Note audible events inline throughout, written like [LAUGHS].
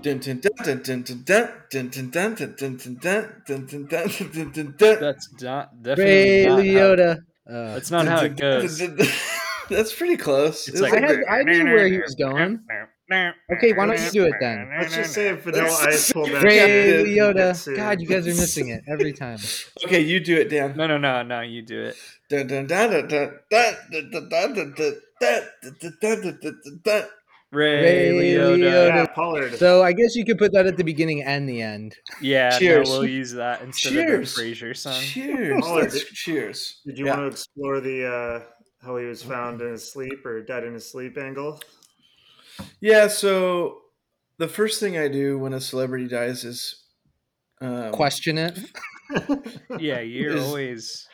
Dun, dun, dun, dun, dun, dun, dun, dun, dun, dun, dun, dun, dun, dun, dun, dun, dun, dun, dun. That's not definitely Ray not How, Liotta. Uh, that's not [LAUGHS] how it goes. That's pretty close. It's It was I, like- had, I knew where he was going. Okay, why don't you do it then? Let's just say if Vanilla Ice pulled that Ray Ray Liotta. God, you guys are missing it every time. okay, you do it, Dan. No, no, no, no. You do it. Dun, dun, dun, dun, dun, dun, dun, dun, dun, dun, dun, dun, dun, dun, dun, dun, dun. Ray, Ray Liotta. Liotta. yeah, uh, Pollard. So I guess you could put that at the beginning and the end. Yeah, no, Cheers. we'll use that instead Cheers. of the Frasier song. Cheers. Oh, That's- did- Cheers. Did you Yeah. want to explore the uh, how he was found in his sleep or dead in his sleep angle? Yeah, so the first thing I do when a celebrity dies is um, Question it. Yeah, you're Is- always.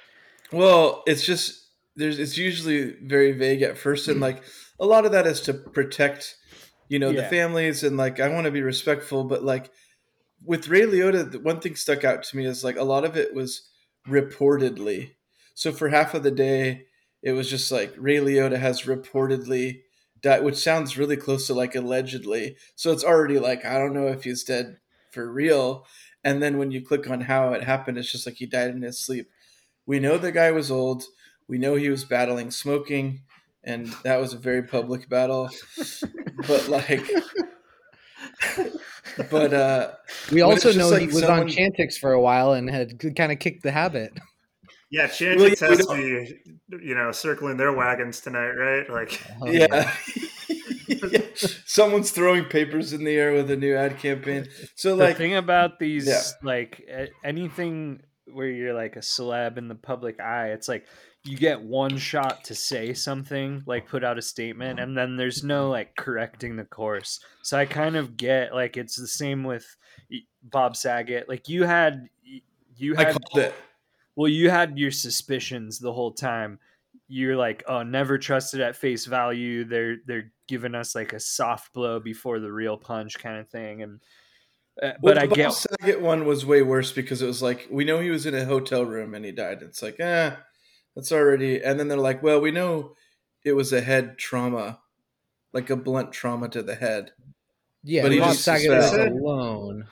Well, it's just there's it's usually very vague at first, and like a lot of that is to protect, you know, the Yeah. families, and like I want to be respectful, but like with Ray Liotta, the one thing stuck out to me is like a lot of it was reportedly. So for half of the day, it was just like Ray Liotta has reportedly died, which sounds really close to like allegedly. So it's already like I don't know if he's dead for real. And then when you click on how it happened, it's just like he died in his sleep. We know the guy was old. We know he was battling smoking, and that was a very public battle. but like, but uh, We But also it's just know like he was on someone- Chantix for a while and had kind of kicked the habit. Well, yeah, Yeah, Chantix we has to be, you know, circling their wagons tonight, right? [LAUGHS] Like, Oh, yeah. [LAUGHS] someone's throwing papers in the air with a new ad campaign. So the like, thing about these Yeah. like a- anything where you're like a celeb in the public eye it's like you get one shot to say something like put out a statement and then there's no like correcting the course so i kind of get like it's the same with y- bob saget like you had you I had called it. well you had your suspicions the whole time you're like oh never trusted at face value they're they're giving us like a soft blow before the real punch kind of thing and uh, but Well, i the get Bob Saget one was way worse because it was like we know he was in a hotel room and he died. It's like, eh, that's already. And then they're like, well, we know it was a head trauma, like a blunt trauma to the head. Yeah, But he Bob just Saget was said- alone.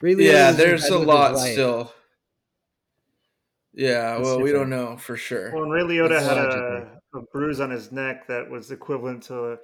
Really yeah, was there's in a bed with lot his wife. still. Yeah, That's well, we don't different. know for sure. well, and Ray Liotta had a, Allegedly. a bruise on his neck that was equivalent to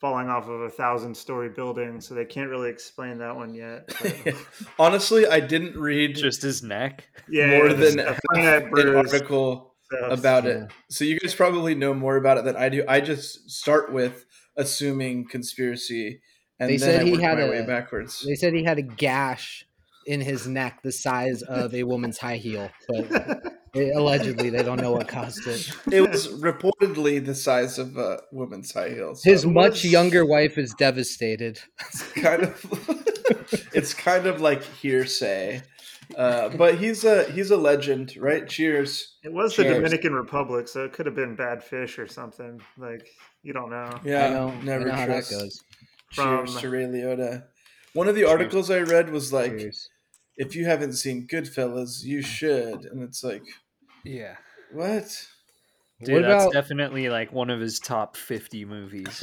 falling off of a thousand-story building, so they can't really explain that one yet. [LAUGHS] but- [LAUGHS] Honestly, I didn't read [LAUGHS] just his neck yeah, more it was than a half finite an bruise, article so- about Yeah. it. So you guys probably know more about it than I do. I just start with assuming conspiracy, and They then said I he work had my a- way backwards. They said he had a gash in his neck the size of a woman's high heel, but [LAUGHS] they- allegedly they don't know what caused it. It was reportedly the size of a woman's high heels. His It much was- younger wife is devastated. [LAUGHS] kind of [LAUGHS] it's kind of like hearsay uh, but he's a he's a legend right cheers It was the Cheers. Dominican Republic, so it could have been bad fish or something. Like you don't know. yeah I know, never I know how that trust goes. cheers From- to ray liotta one of the articles i read was like Cheers. if you haven't seen goodfellas you should and it's like yeah what dude what that's about? definitely like one of his top [LAUGHS] 50 movies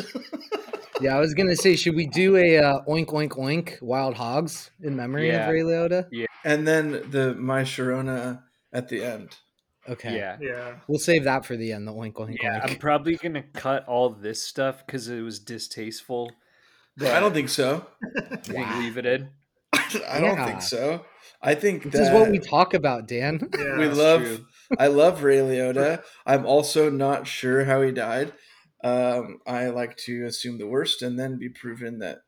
yeah, I was gonna say, should we do a uh, oink oink oink wild hogs in memory Yeah. of Ray Liotta? and then the my sharona at the end Okay, yeah Yeah. we'll save that for the end. The oink oink yeah i'm oink. probably gonna cut all this stuff because it was [LAUGHS] distasteful but i don't think so [LAUGHS] I think leave it in i don't Yeah. think so i think This that is what we talk about, Dan. [LAUGHS] [LAUGHS] yeah. we that's love true. I love Ray Liotta. I'm also not sure how he died. Um, I like to assume the worst and then be proven that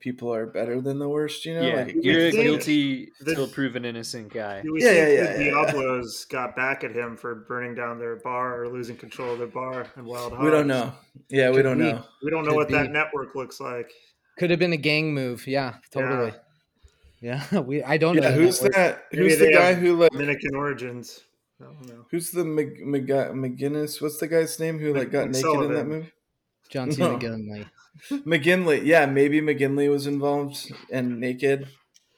people are better than the worst, you know? yeah Like, you're a think guilty that- till proven innocent [LAUGHS] guy Do we Yeah, think yeah, the yeah, yeah, yeah. Diablos got back at him for burning down their bar or losing control of their bar in Wild Hogs? we don't know. Yeah, we Could don't we- know. We don't know Could what be. that network looks like. Could have been a gang move. Yeah, totally. Yeah, [LAUGHS] we. I don't Yeah, know. who's network. that? Maybe Who's the they guy have- who like Dominican origins. I don't know. who's the Mc, McGu- McGinnis? What's the guy's name who like got Mc- naked in that McSullivan. movie? [LAUGHS] John C. No. McGinley. McGinley. Yeah, maybe McGinley was involved and naked.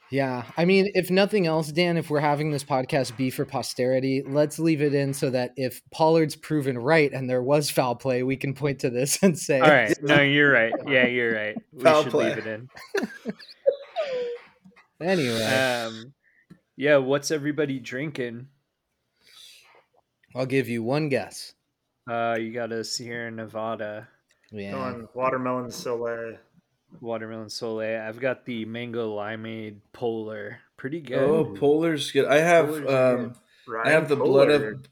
Yeah. I mean, if nothing else, Dan, if we're having this podcast be for posterity, let's leave it in so that if Pollard's proven right and there was foul play, we can point to this [LAUGHS] and say, All right. No, you're right. Yeah, you're right. We Foul should play. leave it in. anyway, Um, yeah, what's everybody drinking? I'll give you one guess. Uh, you got a Sierra Nevada Yeah. Going watermelon soleil. watermelon soleil. I've got the mango limeade polar. Pretty good. Oh, Polar's good. I have Polar's um, I have the blood of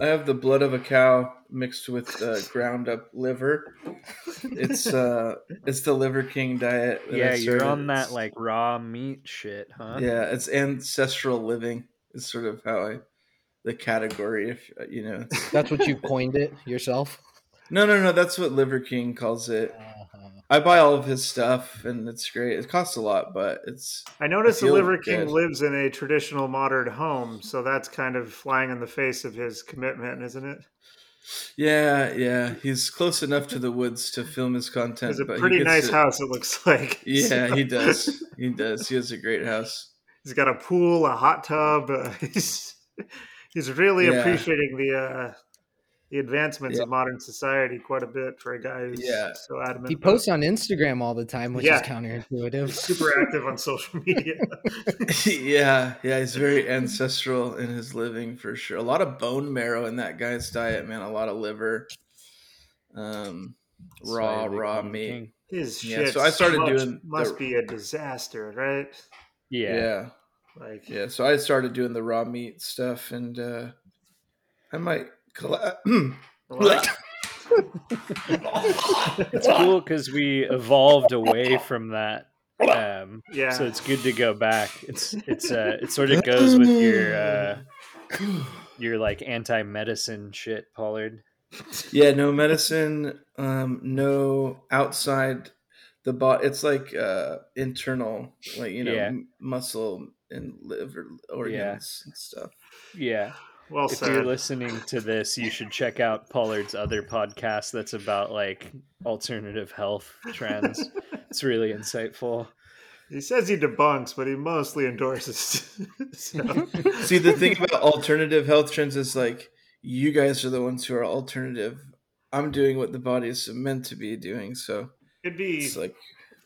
I have the blood of a cow mixed with uh, ground up liver. It's uh it's the Liver King diet. that I yeah, you're started. on that It's- like raw meat shit, huh? Yeah, it's ancestral living. Is sort of how I the category if uh, you know. [LAUGHS] it's- [LAUGHS] That's what you coined it yourself. No, no, no, that's what Liver King calls it. Uh, Uh-huh. I buy all of his stuff and it's great. It costs a lot, but it's I noticed I the feel Liver King good. lives in a traditional modern home, so that's kind of flying in the face of his commitment, isn't it? yeah, yeah. He's close enough to the woods to film his content. It's a but he pretty gets nice it- house, it looks [LAUGHS] like. Yeah, [LAUGHS] So, he does. He does. He has a great house. [LAUGHS] he's got a pool, a hot tub. Uh, [LAUGHS] he's he's really Yeah. appreciating the uh, the advancements Yeah. of modern society quite a bit for a guy who's Yeah. so adamant. He about- posts on Instagram all the time, which Yeah. is [LAUGHS] counterintuitive. super active on social [LAUGHS] media. yeah, yeah, he's very ancestral in his living for sure. A lot of bone marrow in that guy's diet, man. A lot of liver, um, That's why raw, they raw call him meat. king. His Yeah, shit so I started must- doing the- must be a disaster, right? Yeah. Yeah. yeah, Like So I started doing the raw meat stuff, and uh, I might. [CLEARS THROAT] Colla- what? [LAUGHS] It's cool because we evolved away from that. Um, [LAUGHS] yeah. so it's good to go back. It's it's uh, it sort of goes with your uh, your like anti medicine shit, Pollard. yeah, no medicine, um, no outside the body. It's like uh, internal, like you know, Yeah. m- muscle and liver organs and stuff. Yeah. well if you're said. listening to this, you should check out Pollard's other podcast that's about like alternative health trends. it's really insightful. He says he debunks, but he mostly endorses. [LAUGHS] so, See, the thing about alternative health trends is like you guys are the ones who are alternative. I'm doing what the body is meant to be doing. So it'd be it's like,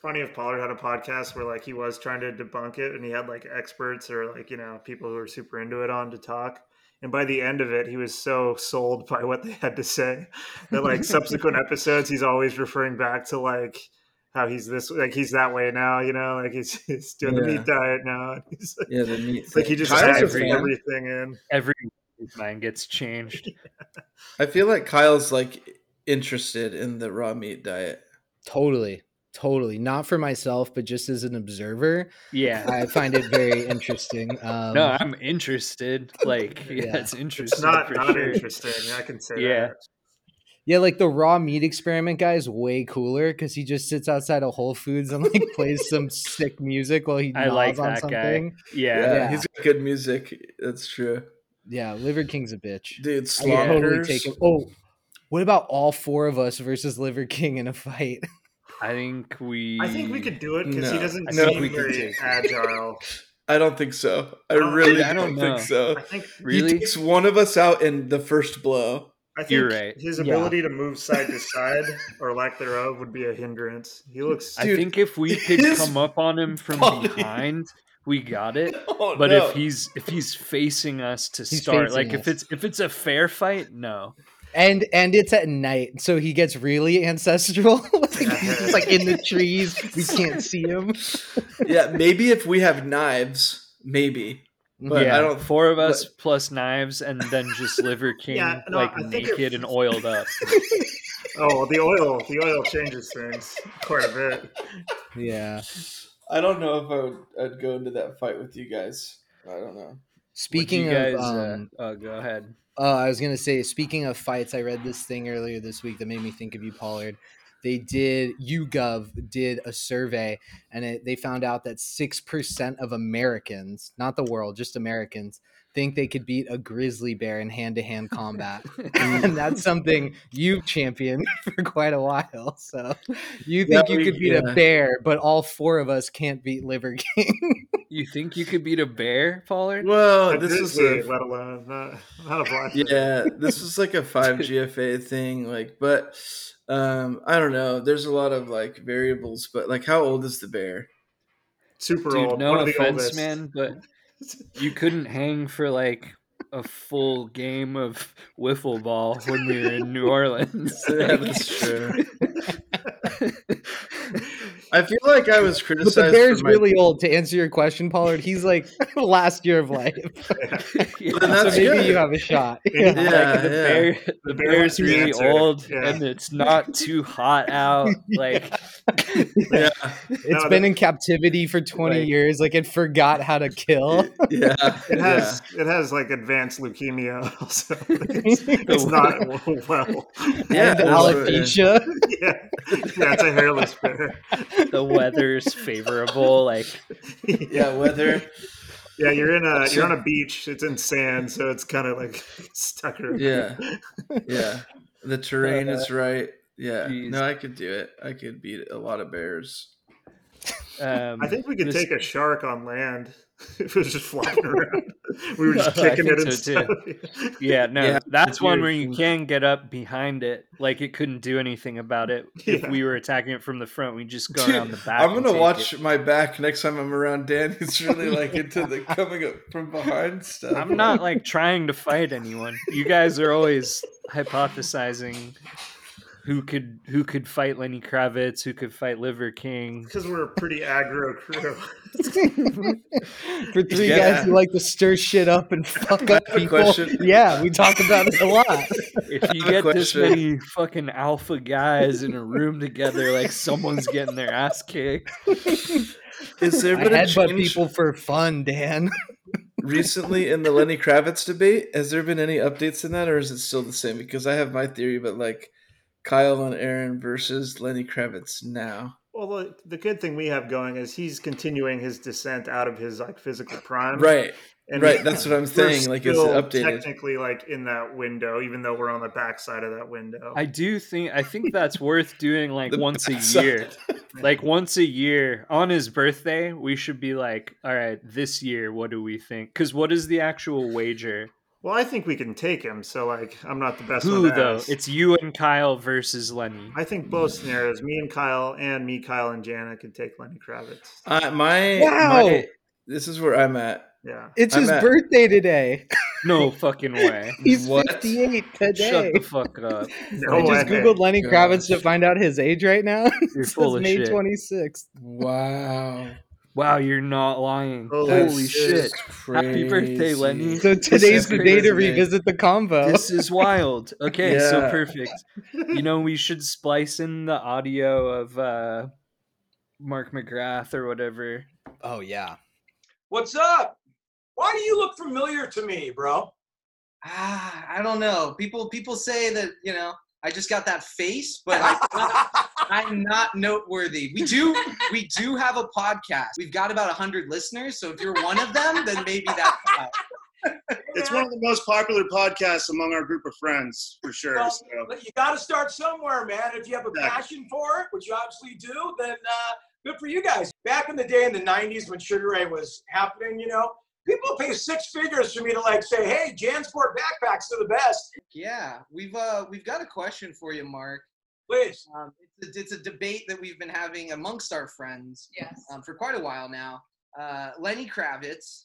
funny if Pollard had a podcast where like he was trying to debunk it, and he had like experts or like you know people who are super into it on to talk. And by the end of it, he was so sold by what they had to say that like subsequent episodes, he's always referring back to like how he's this like he's that way now, you know, like he's, he's doing the Yeah. meat diet now. [LAUGHS] He's like, yeah, the meat. it's like thing. he just Kyle's a adds fan. everything in. Every mind gets changed. I feel like Kyle's like interested in the raw meat diet. Totally. Totally. Not for myself, but just as an observer, Yeah. I find it [LAUGHS] very interesting. Um, No, I'm interested. Like, yeah, Yeah. it's interesting. It's not for not sure. interesting. I can say Yeah. that. Yeah, like the raw meat experiment guy is way cooler because he just sits outside of Whole Foods and like [LAUGHS] plays some sick music while he I gnaws like on that guy. something. Yeah. Yeah, Yeah. he's got good music. That's true, Yeah, Liver King's a bitch. dude. I would totally Sloggers. take him. Oh, what about all four of us versus Liver King in a fight? I think we. I think we could do it because he No. doesn't I seem think we could very take it. agile. I don't think so. I don't- really I don't, don't know. think so. I think He really. takes one of us out in the first blow. I think You're right. his Yeah. ability to move side to side or lack thereof would be a hindrance. He looks I Dude, think if we could his come up on him from body- behind, we got it. [LAUGHS] Oh, But no. if he's if he's facing us to He's start, facing like if us. it's if it's a fair fight, no. And and it's at night, so he gets really ancestral. [LAUGHS] like, he's just like in the trees. We can't see him. [LAUGHS] yeah, maybe if we have knives, maybe. But yeah, I don't. Four of us plus knives, and then just [LAUGHS] Liver King, Yeah, no, like I think it- naked and oiled up. oh well, the oil the oil changes things quite a bit. Yeah. I don't know if I would. I'd go into that fight with you guys. I don't know. Speaking Would you guys, of, um, uh, oh, go ahead. Uh, I was gonna say, speaking of fights, I read this thing earlier this week that made me think of you, Pollard. They did YouGov did a survey, and it, they found out that six percent of Americans, not the world, just Americans, think they could beat a grizzly bear in hand to [LAUGHS] hand combat. and that's something you've championed [LAUGHS] for quite a while. So you think Yeah, you we- could beat yeah. a bear, but all four of us can't beat Liver King. You think you could beat a bear, Pollard? Well, But this is grizzly, a let alone not, not a black. yeah this was like a 5 gfa thing like but um i don't know there's a lot of like variables but like how old is the bear Super Dude, old. no one of the offense, oldest. man, [LAUGHS] but you couldn't hang for like a full game of wiffle ball when we were in New [LAUGHS] Orleans. Yeah, [LAUGHS] [LAUGHS] that's true. i feel like i was [LAUGHS] but criticized the for bear's my- really old. To answer your question, Pollard, he's like [LAUGHS] last year of life. Yeah. Then that's so maybe good. you have a shot. Yeah. [LAUGHS] Like, Yeah, the yeah. bear, the, bear bear's was the really answer. old Yeah. and it's not too hot [LAUGHS] out. Like, yeah It's No, been that- in captivity for 20 Like- years. Like it forgot how to kill. yeah It has yeah. it has like advanced leukemia. [LAUGHS] Also, it's, it's it's not well. Yeah, [LAUGHS] and that's what- alopecia. [LAUGHS] Yeah, yeah, it's a hairless bear. the weather's favorable. Like, yeah weather Yeah, you're in a you're on a beach. It's in sand, so it's kind of like [LAUGHS] stuck. around. yeah yeah the terrain is right yeah Jeez. no i could do it i could beat a lot of bears um, I think we could This- take a shark on land [LAUGHS] if it was [LAUGHS] just flying around. We were just No, I kicking think it and so, stuff. yeah, [LAUGHS] no, Yeah, that's it's one weird. where you can get up behind it. Like, it couldn't do anything [LAUGHS] about it. If Yeah. we were attacking it from the front, we'd just go Dude, around the back. i'm and gonna take watch [LAUGHS] it. my back next time i'm around dan he's really [LAUGHS] like into the coming up from behind stuff I'm not like trying to fight anyone. You guys are always hypothesizing who could who could fight Lenny Kravitz, who could fight Liver King. Because we're a pretty [LAUGHS] aggro crew. For three Yeah. guys who like to stir shit up [LAUGHS] and fuck up have a people. question. Yeah, we talk about it [LAUGHS] a lot. If you I have get a this question. many fucking alpha guys in a room together, like someone's getting their ass kicked. Is there I been a headbutt change [LAUGHS] people for fun, Dan. [LAUGHS] recently in the Lenny Kravitz debate? Has there been any updates in that, or is it still the same? Because I have my theory, but like Kyle and Aaron versus Lenny Kravitz now. Well, the, the good thing we have going is he's continuing his descent out of his like physical prime. Right, And right. That's what I'm we're saying. Like, it's still updated. Technically, like in that window, even though we're on the backside of that window. I do think I think that's worth doing like The once a backside. year. Like once a year on his birthday, we should be like, all right, this year, what do we think? Because what is the actual wager? well, I think we can take him. So, like, I'm not the best. Who one to though? ask. It's you and Kyle versus Lenny. I think both scenarios, me and Kyle, and me, Kyle, and Jana could take Lenny Kravitz. Uh, my, Wow. my- this is where I'm at. Yeah, It's I'm his at- birthday today. No fucking way. He's What? 58 Shut today. [LAUGHS] the fuck up. no I I way. just googled Lenny Gosh. Kravitz to find out his age right now. [LAUGHS] You're It says full of May shit. 26th. Wow. Wow, you're not lying. Holy Holy That's shit. just Happy birthday, Lenny. crazy. So today's the day to crazy. revisit the combo. This is wild. Okay, so Yeah. perfect. You know, we should splice in the audio of uh Mark McGrath or whatever. Oh yeah. What's up? Why do you look familiar to me, bro? Ah, I don't know. People people say that you know I just got that face, but [LAUGHS] I, [LAUGHS] That's I'm not noteworthy. We do we do have a podcast. We've got about hundred listeners, so if you're one of them, then maybe that's why. It's one of the most popular podcasts among our group of friends, for sure. Well, So, But you got to start somewhere, man. If you have a Exactly. passion for it, which you obviously do, then uh, good for you guys. Back in the day in the 90s when Sugar Ray was happening, you know, people pay six figures for me to like say, hey, Jansport backpacks are the best. Yeah, we've uh we've got a question for you, Mark. Please. Um, it's, a, it's a debate that we've been having amongst our friends Yes. um, for quite a while now. Uh, Lenny Kravitz,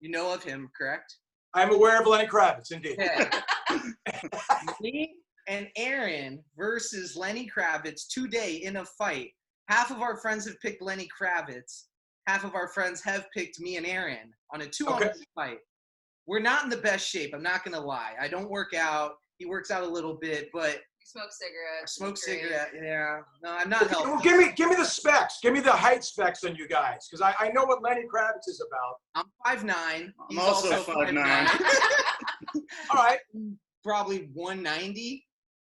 you know of him, correct? I'm aware of Lenny Kravitz, indeed. Okay. [LAUGHS] Me and Aaron versus Lenny Kravitz today in a fight. Half of our friends have picked Lenny Kravitz. Half of our friends have picked me and Aaron on a two-on-one Okay. fight. We're not in the best shape. I'm not gonna lie. I don't work out. He works out a little bit, but You smoke cigarettes. I it's smoke great. cigarette. Yeah, no, I'm not Well, healthy. give me give me the specs. Give me the height specs on you guys, because I, I know what Lenny Kravitz is about. I'm five nine. I'm also 5'9". [LAUGHS] All right. Probably 190.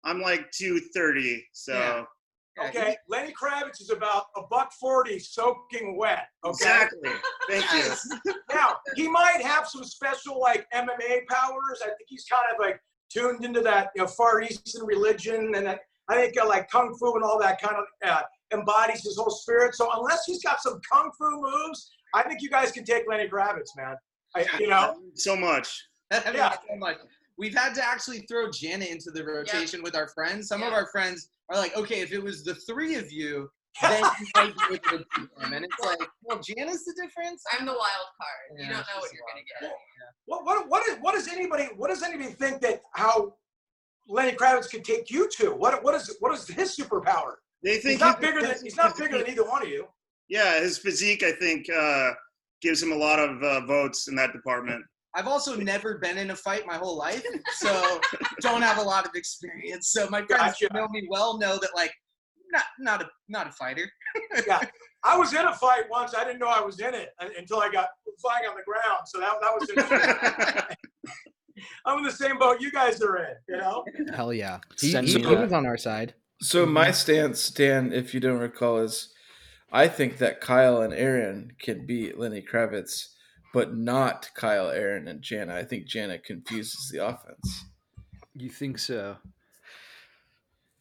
I'm like 230, so Yeah. Yeah, Okay, Lenny Kravitz is about a buck forty soaking wet. Okay, Exactly. Thank you. Nice. now he might have some special like MMA powers. I think he's kind of like tuned into that you know, Far Eastern religion, and that, I think uh, like kung fu and all that kind of uh, embodies his whole spirit. So unless he's got some kung fu moves, I think you guys can take Lenny Kravitz, man. I, you know, So much. That means Yeah. so much. We've had to actually throw Janet into the rotation with our friends. Some of our friends are like, okay, if it was the three of [LAUGHS] you, then you might be able to beat them. And it's like, well, Janet's the difference. I'm the wild card. Yeah, you don't know she's what the you're wild going to get. what what what, is, what does anybody what does anybody think that how Lenny Kravitz could take you to? What what is what is his superpower? They think He's not he- bigger than he's not bigger than either one of you. Yeah, his physique, I think, uh, gives him a lot of uh, votes in that department. I've also never been in a fight my whole life, [LAUGHS] so don't have a lot of experience. So my friends Gotcha. who know me well know that like, not not a not a fighter. I was in a fight once. I didn't know I was in it un- until I got flying on the ground. So that, that was interesting. [LAUGHS] I'm in the same boat you guys are in. You know, Hell yeah. He, Send he- me he that. was on our side. So Mm-hmm. my stance, Dan, if you don't recall, is I think that Kyle and Aaron can beat Lenny Kravitz, but not Kyle, Aaron, and Jana. I think Jana confuses the offense. You think so?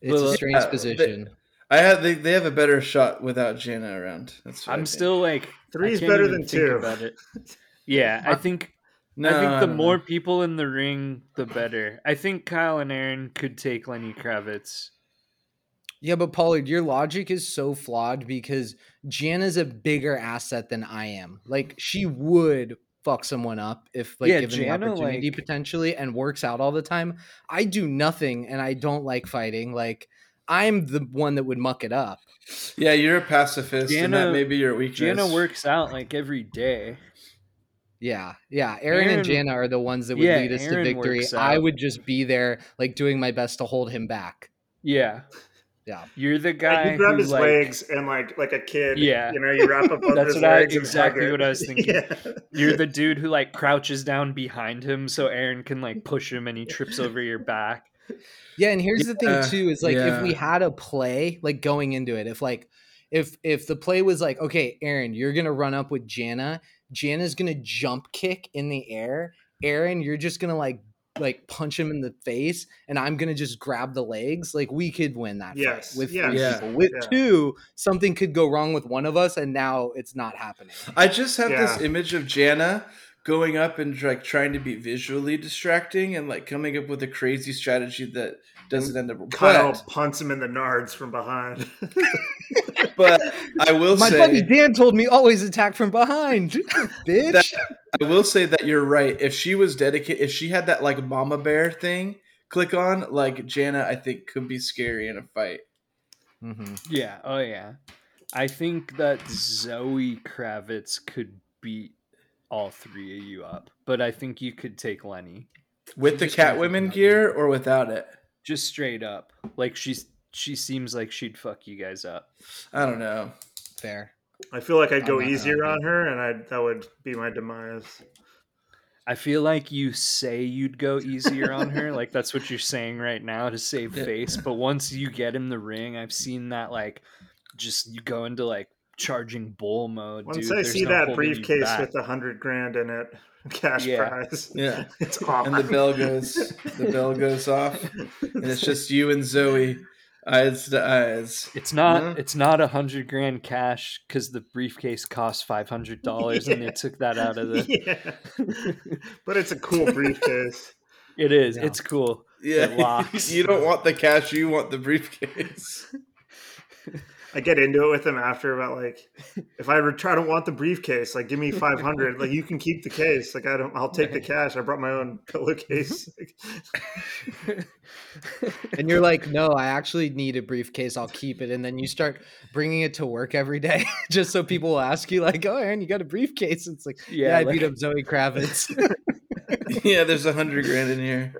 It's Well, a strange yeah, but- position. I have they, they have a better shot without Jana around. That's what I I'm think. still like Three I is can't better even than think two. About [LAUGHS] it. Yeah, I think No, I think no, the no. more people in the ring, the better. I think Kyle and Aaron could take Lenny Kravitz. Yeah, but Pollard, your logic is so flawed because Jana's a bigger asset than I am. Like she would fuck someone up if like Yeah, given Jana, the opportunity like- potentially and works out all the time. I do nothing and I don't like fighting. Like I'm the one that would muck it up. Yeah, you're a pacifist, and Jana- that may be your weakness. Jana works out like every day. Yeah, yeah. Aaron, Aaron- and Jana are the ones that would Yeah, lead us Aaron to victory. works I out. would just be there, like doing my best to hold him back. Yeah. Yeah. You're the guy Like, you grab who, his like, legs and like like a kid. Yeah. You know, you wrap [LAUGHS] up both That's his what I- legs and exactly hug it. what I was thinking. [LAUGHS] Yeah. You're [LAUGHS] the dude who like crouches down behind him so Aaron can like push him and he trips over your back. Yeah, and here's Yeah, the thing too is like if we yeah. had a play like going into it, if like if if the play was like, okay, Aaron, you're gonna run up with Jana, Jana's gonna jump kick in the air, Aaron, you're just gonna like like punch him in the face, and I'm gonna just grab the legs. Like we could win that Yes, fight with yes, three yeah, people. With yeah. two, something could go wrong with one of us, and now it's not happening. I just have this Yeah. image of Jana going up and like trying to be visually distracting and like coming up with a crazy strategy that doesn't end up. Kyle But, punts him in the nards from behind. [LAUGHS] but I will My say buddy Dan told me always attack from behind, bitch. I will say that you're right. If she was dedicated, if she had that like mama bear thing, click on like Jana, I think could be scary in a fight. Mhm. Yeah. Oh yeah. I think that Zoe Kravitz could beat all three of you up, but I think you could take Lenny With the cat women gear or without it, just straight up. Like she's she seems like she'd fuck you guys up. I don't know. Fair. I feel like I'd I'm go not gonna argue. easier on her, and I that would be my demise. I feel like you say you'd go easier on her, like that's what you're saying right now to save Yeah. face, but once you get in the ring, I've seen that like just you go into like charging bull mode. Once dude, I There's see no that holding you briefcase back. with the hundred grand in it, [LAUGHS] cash Yeah. prize, Yeah. [LAUGHS] it's And the awful. bell [LAUGHS] goes, [LAUGHS] the bell goes off, and it's just you and Zoe, eyes to eyes. It's not. No? It's not a hundred grand cash because the briefcase cost five [LAUGHS] hundred dollars, and they Yeah. took that out of the. [LAUGHS] yeah, but it's a cool briefcase. It is. Yeah. It's cool. It Yeah, [LAUGHS] locks. you don't want the cash, you want the briefcase. [LAUGHS] I get into it with him after about like, if I retry, I don't want the briefcase. Like, give me five hundred. Like, you can keep the case. Like, I don't. I'll take [LAUGHS] the cash. I brought my own pillowcase. Mm-hmm. And you're like, no, I actually need a briefcase. I'll keep it. And then you start bringing it to work every day [LAUGHS] just so people will ask you, like, oh, Aaron, you got a briefcase. It's like, yeah, I like- beat up Zoe Kravitz. [LAUGHS] yeah, there's a hundred grand in here.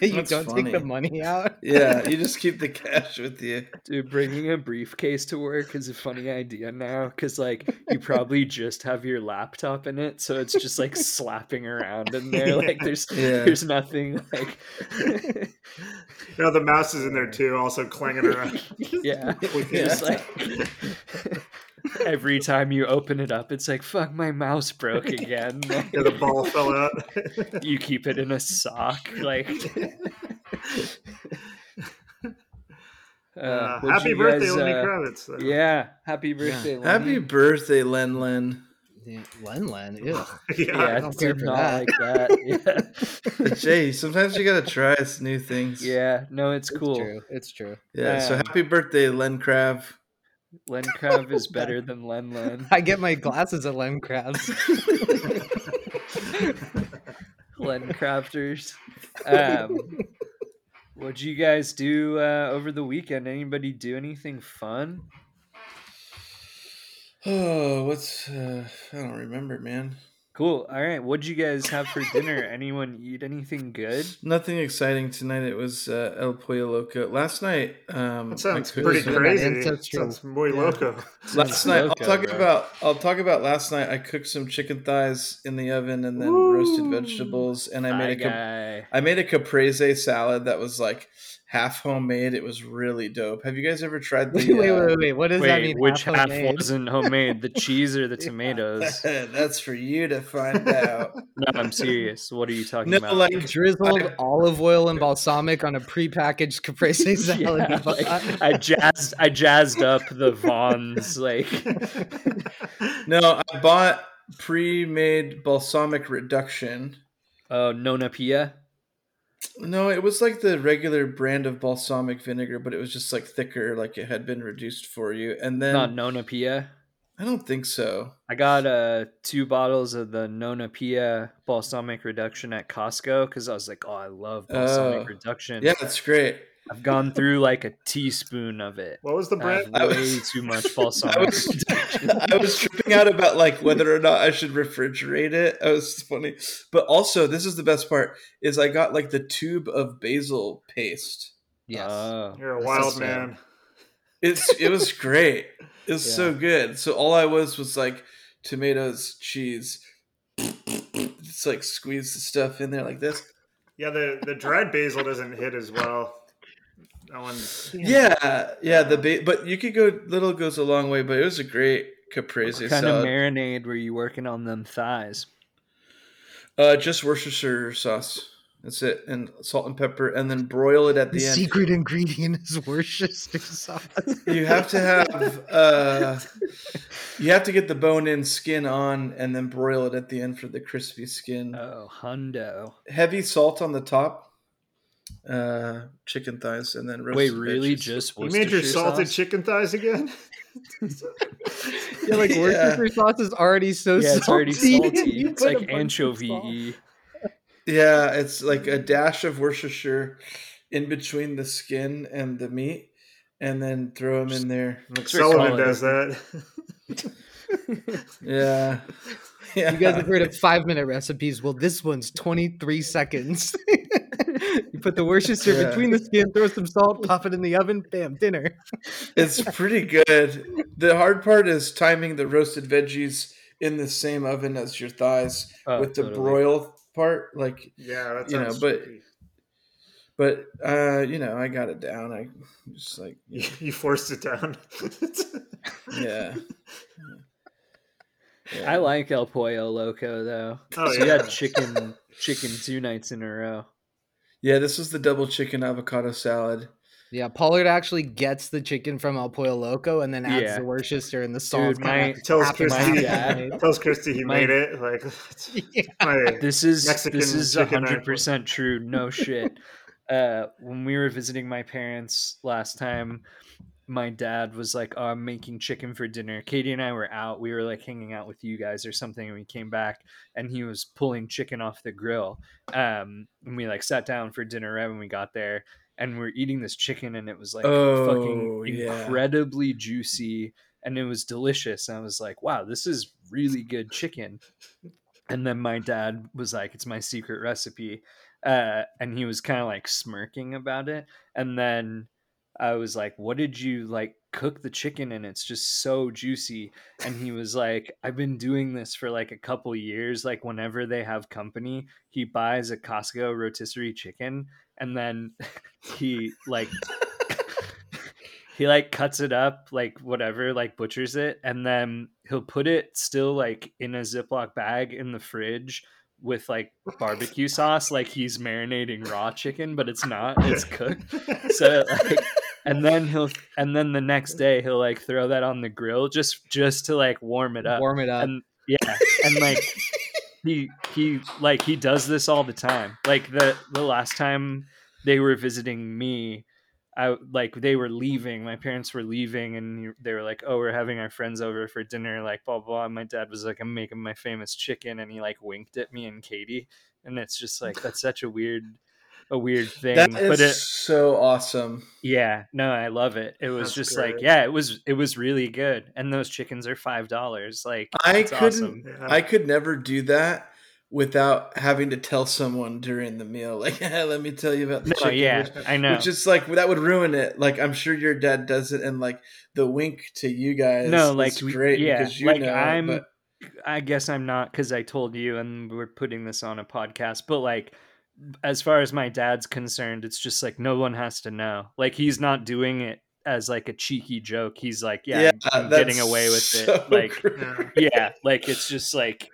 you That's don't take the funny. money out. Yeah, you just keep the cash with you. Dude, bringing a briefcase to work is a funny idea now because, like, you [LAUGHS] probably just have your laptop in it, so [LAUGHS] it's just like [LAUGHS] slapping around in there. Like, there's Yeah. there's nothing like No, the mouse is in there too, also [LAUGHS] clanging around. Yeah. Yeah. Just like [LAUGHS] every time you open it up, it's like, fuck, my mouse broke again. [LAUGHS] Like, [LAUGHS] Yeah, the ball fell out. [LAUGHS] you keep it in a sock. Like uh, Uh, what'd happy you birthday, guys, Lenny uh, Kravitz. though. Yeah. Happy birthday, Lenny. Happy birthday, Len Len. Yeah, Len Len, ew. Yeah, [LAUGHS] yeah. I don't don't care for not that. like that. Jay, sometimes you gotta try us new things. Yeah. yeah, no, it's cool. It's true. It's true. Yeah. So Um, happy birthday, Len Krav. Len Krav is better than Len [LAUGHS] Len. I get my glasses at Lem Crabs. Len Crafters. Um, what'd you guys do uh, over the weekend? Anybody do anything fun? [SIGHS] Oh, what's uh, I don't remember, man. Cool. All right. What'd you guys have for dinner? Anyone eat anything good? Nothing exciting tonight. It was uh, El Pollo Loco. Last night, um, That sounds I cooked pretty some- That crazy. ancestral- Sounds muy Yeah. loco. Last night, Loco, I'll talk bro. about. I'll talk about last night. I cooked some chicken thighs in the oven, and then roasted vegetables, and I Thai made a. cap- guy. I made a caprese salad that was like half homemade. It was really dope. Have you guys ever tried the? [LAUGHS] wait, wait, uh, wait, wait. What does that Wait, mean? which half, homemade? wasn't homemade? The [LAUGHS] cheese or the [LAUGHS] tomatoes? That's for you to find out. No, I'm serious. What are you talking no, about? You like drizzled I- olive oil and balsamic on a prepackaged caprese [LAUGHS] [LAUGHS] salad. Yeah, [LAUGHS] but- like, I jazzed I jazzed up [LAUGHS] the Vons like no. I bought pre-made balsamic reduction. oh Nona Pia. No, it was like the regular brand of balsamic vinegar, but it was just like thicker, like it had been reduced for you. And then Not Nona Pia. I don't think so. I got uh two bottles of the Nona Pia balsamic reduction at Costco because I was like, oh, I love balsamic Oh. reduction. Yeah, it's great. I've gone through like a teaspoon of it. What was the I brand? have I way was- too much [LAUGHS] I balsamic. was [LAUGHS] I was tripping out about like whether or not I should refrigerate it. I was funny, but also this is the best part: is I got like the tube of basil paste. yes. Oh. You're a That's wild insane. man. It's it was great. It was so Yeah. good. So all I was was like tomatoes, cheese. Just like squeeze the stuff in there like this. Yeah, the, the dried basil doesn't hit as well. That one's Yeah, yeah. The ba- but you could go little goes a long way. But it was a great caprese What kind of salad. marinade were you working on them thighs? uh, just Worcestershire sauce. That's it, and salt and pepper, and then broil it at The the end. secret ingredient is Worcestershire sauce. You have to have uh, you have to get the bone in skin on, and then broil it at the end for the crispy skin. Oh, hundo. Heavy salt on the top. Uh, chicken thighs, and then roasted Wait, really? veggies. Just you made your Worcestershire salted sauce? chicken thighs again? [LAUGHS] yeah, like Yeah. Worcestershire sauce is already so Yeah, salty. it's already salty. [LAUGHS] [LAUGHS] You It's put a like bunch of salt. anchovy. Yeah, it's like a dash of Worcestershire in between the skin and the meat, and then throw them in there. McSullivan solid. does that. Yeah, [LAUGHS] yeah. You guys have heard of five minute recipes. Well, this one's 23 seconds. [LAUGHS] you put the Worcestershire Yeah. between the skin, throw some salt, pop it in the oven, bam, dinner. [LAUGHS] it's pretty good. The hard part is timing the roasted veggies in the same oven as your thighs Oh, with the totally. broil part. Like, Yeah, that You know, sounds but- tricky. but uh, you know, I got it down. I just like, You, you forced it down. [LAUGHS] [LAUGHS] yeah. I like El Pollo Loco though. so Oh, you yeah. had chicken chicken two nights in a row. Yeah, this was the double chicken avocado salad. Yeah, Pollard actually gets the chicken from El Pollo Loco and then adds Yeah. the Worcestershire and the salt. Dude, my- tells After [LAUGHS] Christy, my [LAUGHS] dad- tells Christy he my- made it. Like, [LAUGHS] yeah. my- This is Mexican this is chicken hundred percent true. No [LAUGHS] shit. Uh, when we were visiting my parents last time, my dad was like, oh, "I'm making chicken for dinner." Katie and I were out. We were like hanging out with you guys or something, and we came back, and he was pulling chicken off the grill. Um, and we like sat down for dinner right when we got there, and we're eating this chicken, and it was like Oh, fucking yeah. incredibly juicy, and it was delicious. And I was like, "Wow, this is really good chicken." And then my dad was like, "It's my secret recipe," uh, and he was kind of like smirking about it. And then I was like, "What did you like cook the chicken in? It's just so juicy." And he was like, "I've been doing this for like a couple years. Like whenever they have company, he buys a Costco rotisserie chicken, and then [LAUGHS] he like he like cuts it up like whatever like butchers it and then he'll put it still like in a ziploc bag in the fridge with like barbecue sauce like he's marinating raw chicken but it's not it's cooked so like and then he'll and then the next day he'll like throw that on the grill just just to like warm it up Warm it up. and yeah and like he he like he does this all the time like the the last time they were visiting me i like they were leaving my parents were leaving and they were like oh we're having our friends over for dinner like blah blah and my dad was like i'm making my famous chicken and he like winked at me and katie and it's just like that's such a weird a weird thing That but is it, so awesome. yeah, no, I love it. It was That's just like, great. yeah, it was it was really good. And those chickens are five dollars. Like I it's couldn't. awesome. Yeah. I could never do that without having to tell someone during the meal, [LAUGHS] like, "Let me tell you about the No, chicken." yeah, which- I know. Which is like that would ruin it. Like I'm sure your dad does it, and like the wink to you guys. No, like is we- great yeah, because you like, know. I'm- but I guess I'm not because I told you and we're putting this on a podcast, but like as far as my dad's concerned, it's just like no one has to know. Like he's not doing it as like a cheeky joke. He's like, Yeah, yeah, I'm that's getting away with so [LAUGHS] it. Like great. Yeah. yeah, like it's just like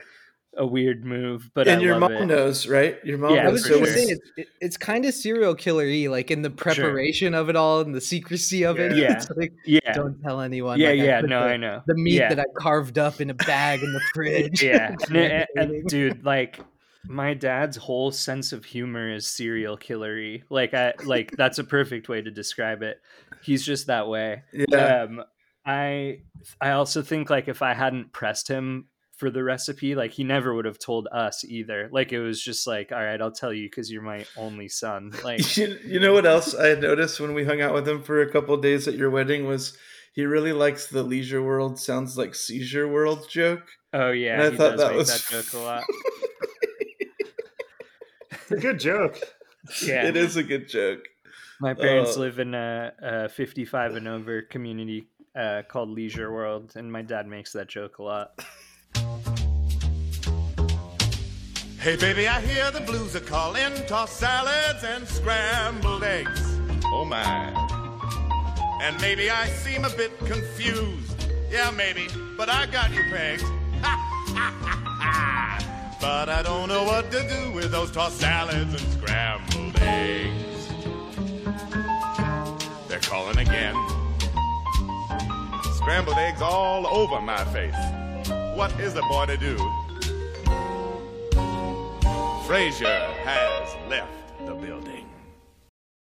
a weird move, but and I your uh, love mom it. knows, right? Your mom. Yeah, I knows. was for so gonna sure. say it's, it, it's kind of serial killer y, like in the preparation of it all and the secrecy of it. Yeah. [LAUGHS] It's like, Yeah. don't tell anyone. yeah, like, I yeah, put no, the, I know. the meat yeah. that I carved up in a bag in the [LAUGHS] [LAUGHS] fridge. yeah It's and [LAUGHS] it- and- irritating. dude like my dad's whole sense of humor is serial killery like i like that's a perfect way to describe it he's just that way yeah. um i i also think like if i hadn't pressed him for the recipe like he never would have told us either like it was just like all right i'll tell you because you're my only son [LAUGHS] like You, you know what else I had noticed when we hung out with him for a couple of days at your wedding was he really likes the Leisure World sounds like Seizure World joke. oh yeah And I he thought does that make was- that joke [LAUGHS] a lot It's a good joke. yeah It is a good joke. My parents Uh, live in a, a 55 and over community uh, called Leisure World, and my dad makes that joke a lot. Hey, baby, I hear the blues are calling. Toss salads and scrambled eggs. Oh, my. And maybe I seem a bit confused. Yeah, maybe, but I got you pegged. but I don't know what to do with those tossed salads and scrambled eggs. They're calling again. Scrambled eggs all over my face. What is a boy to do? Frazier has left.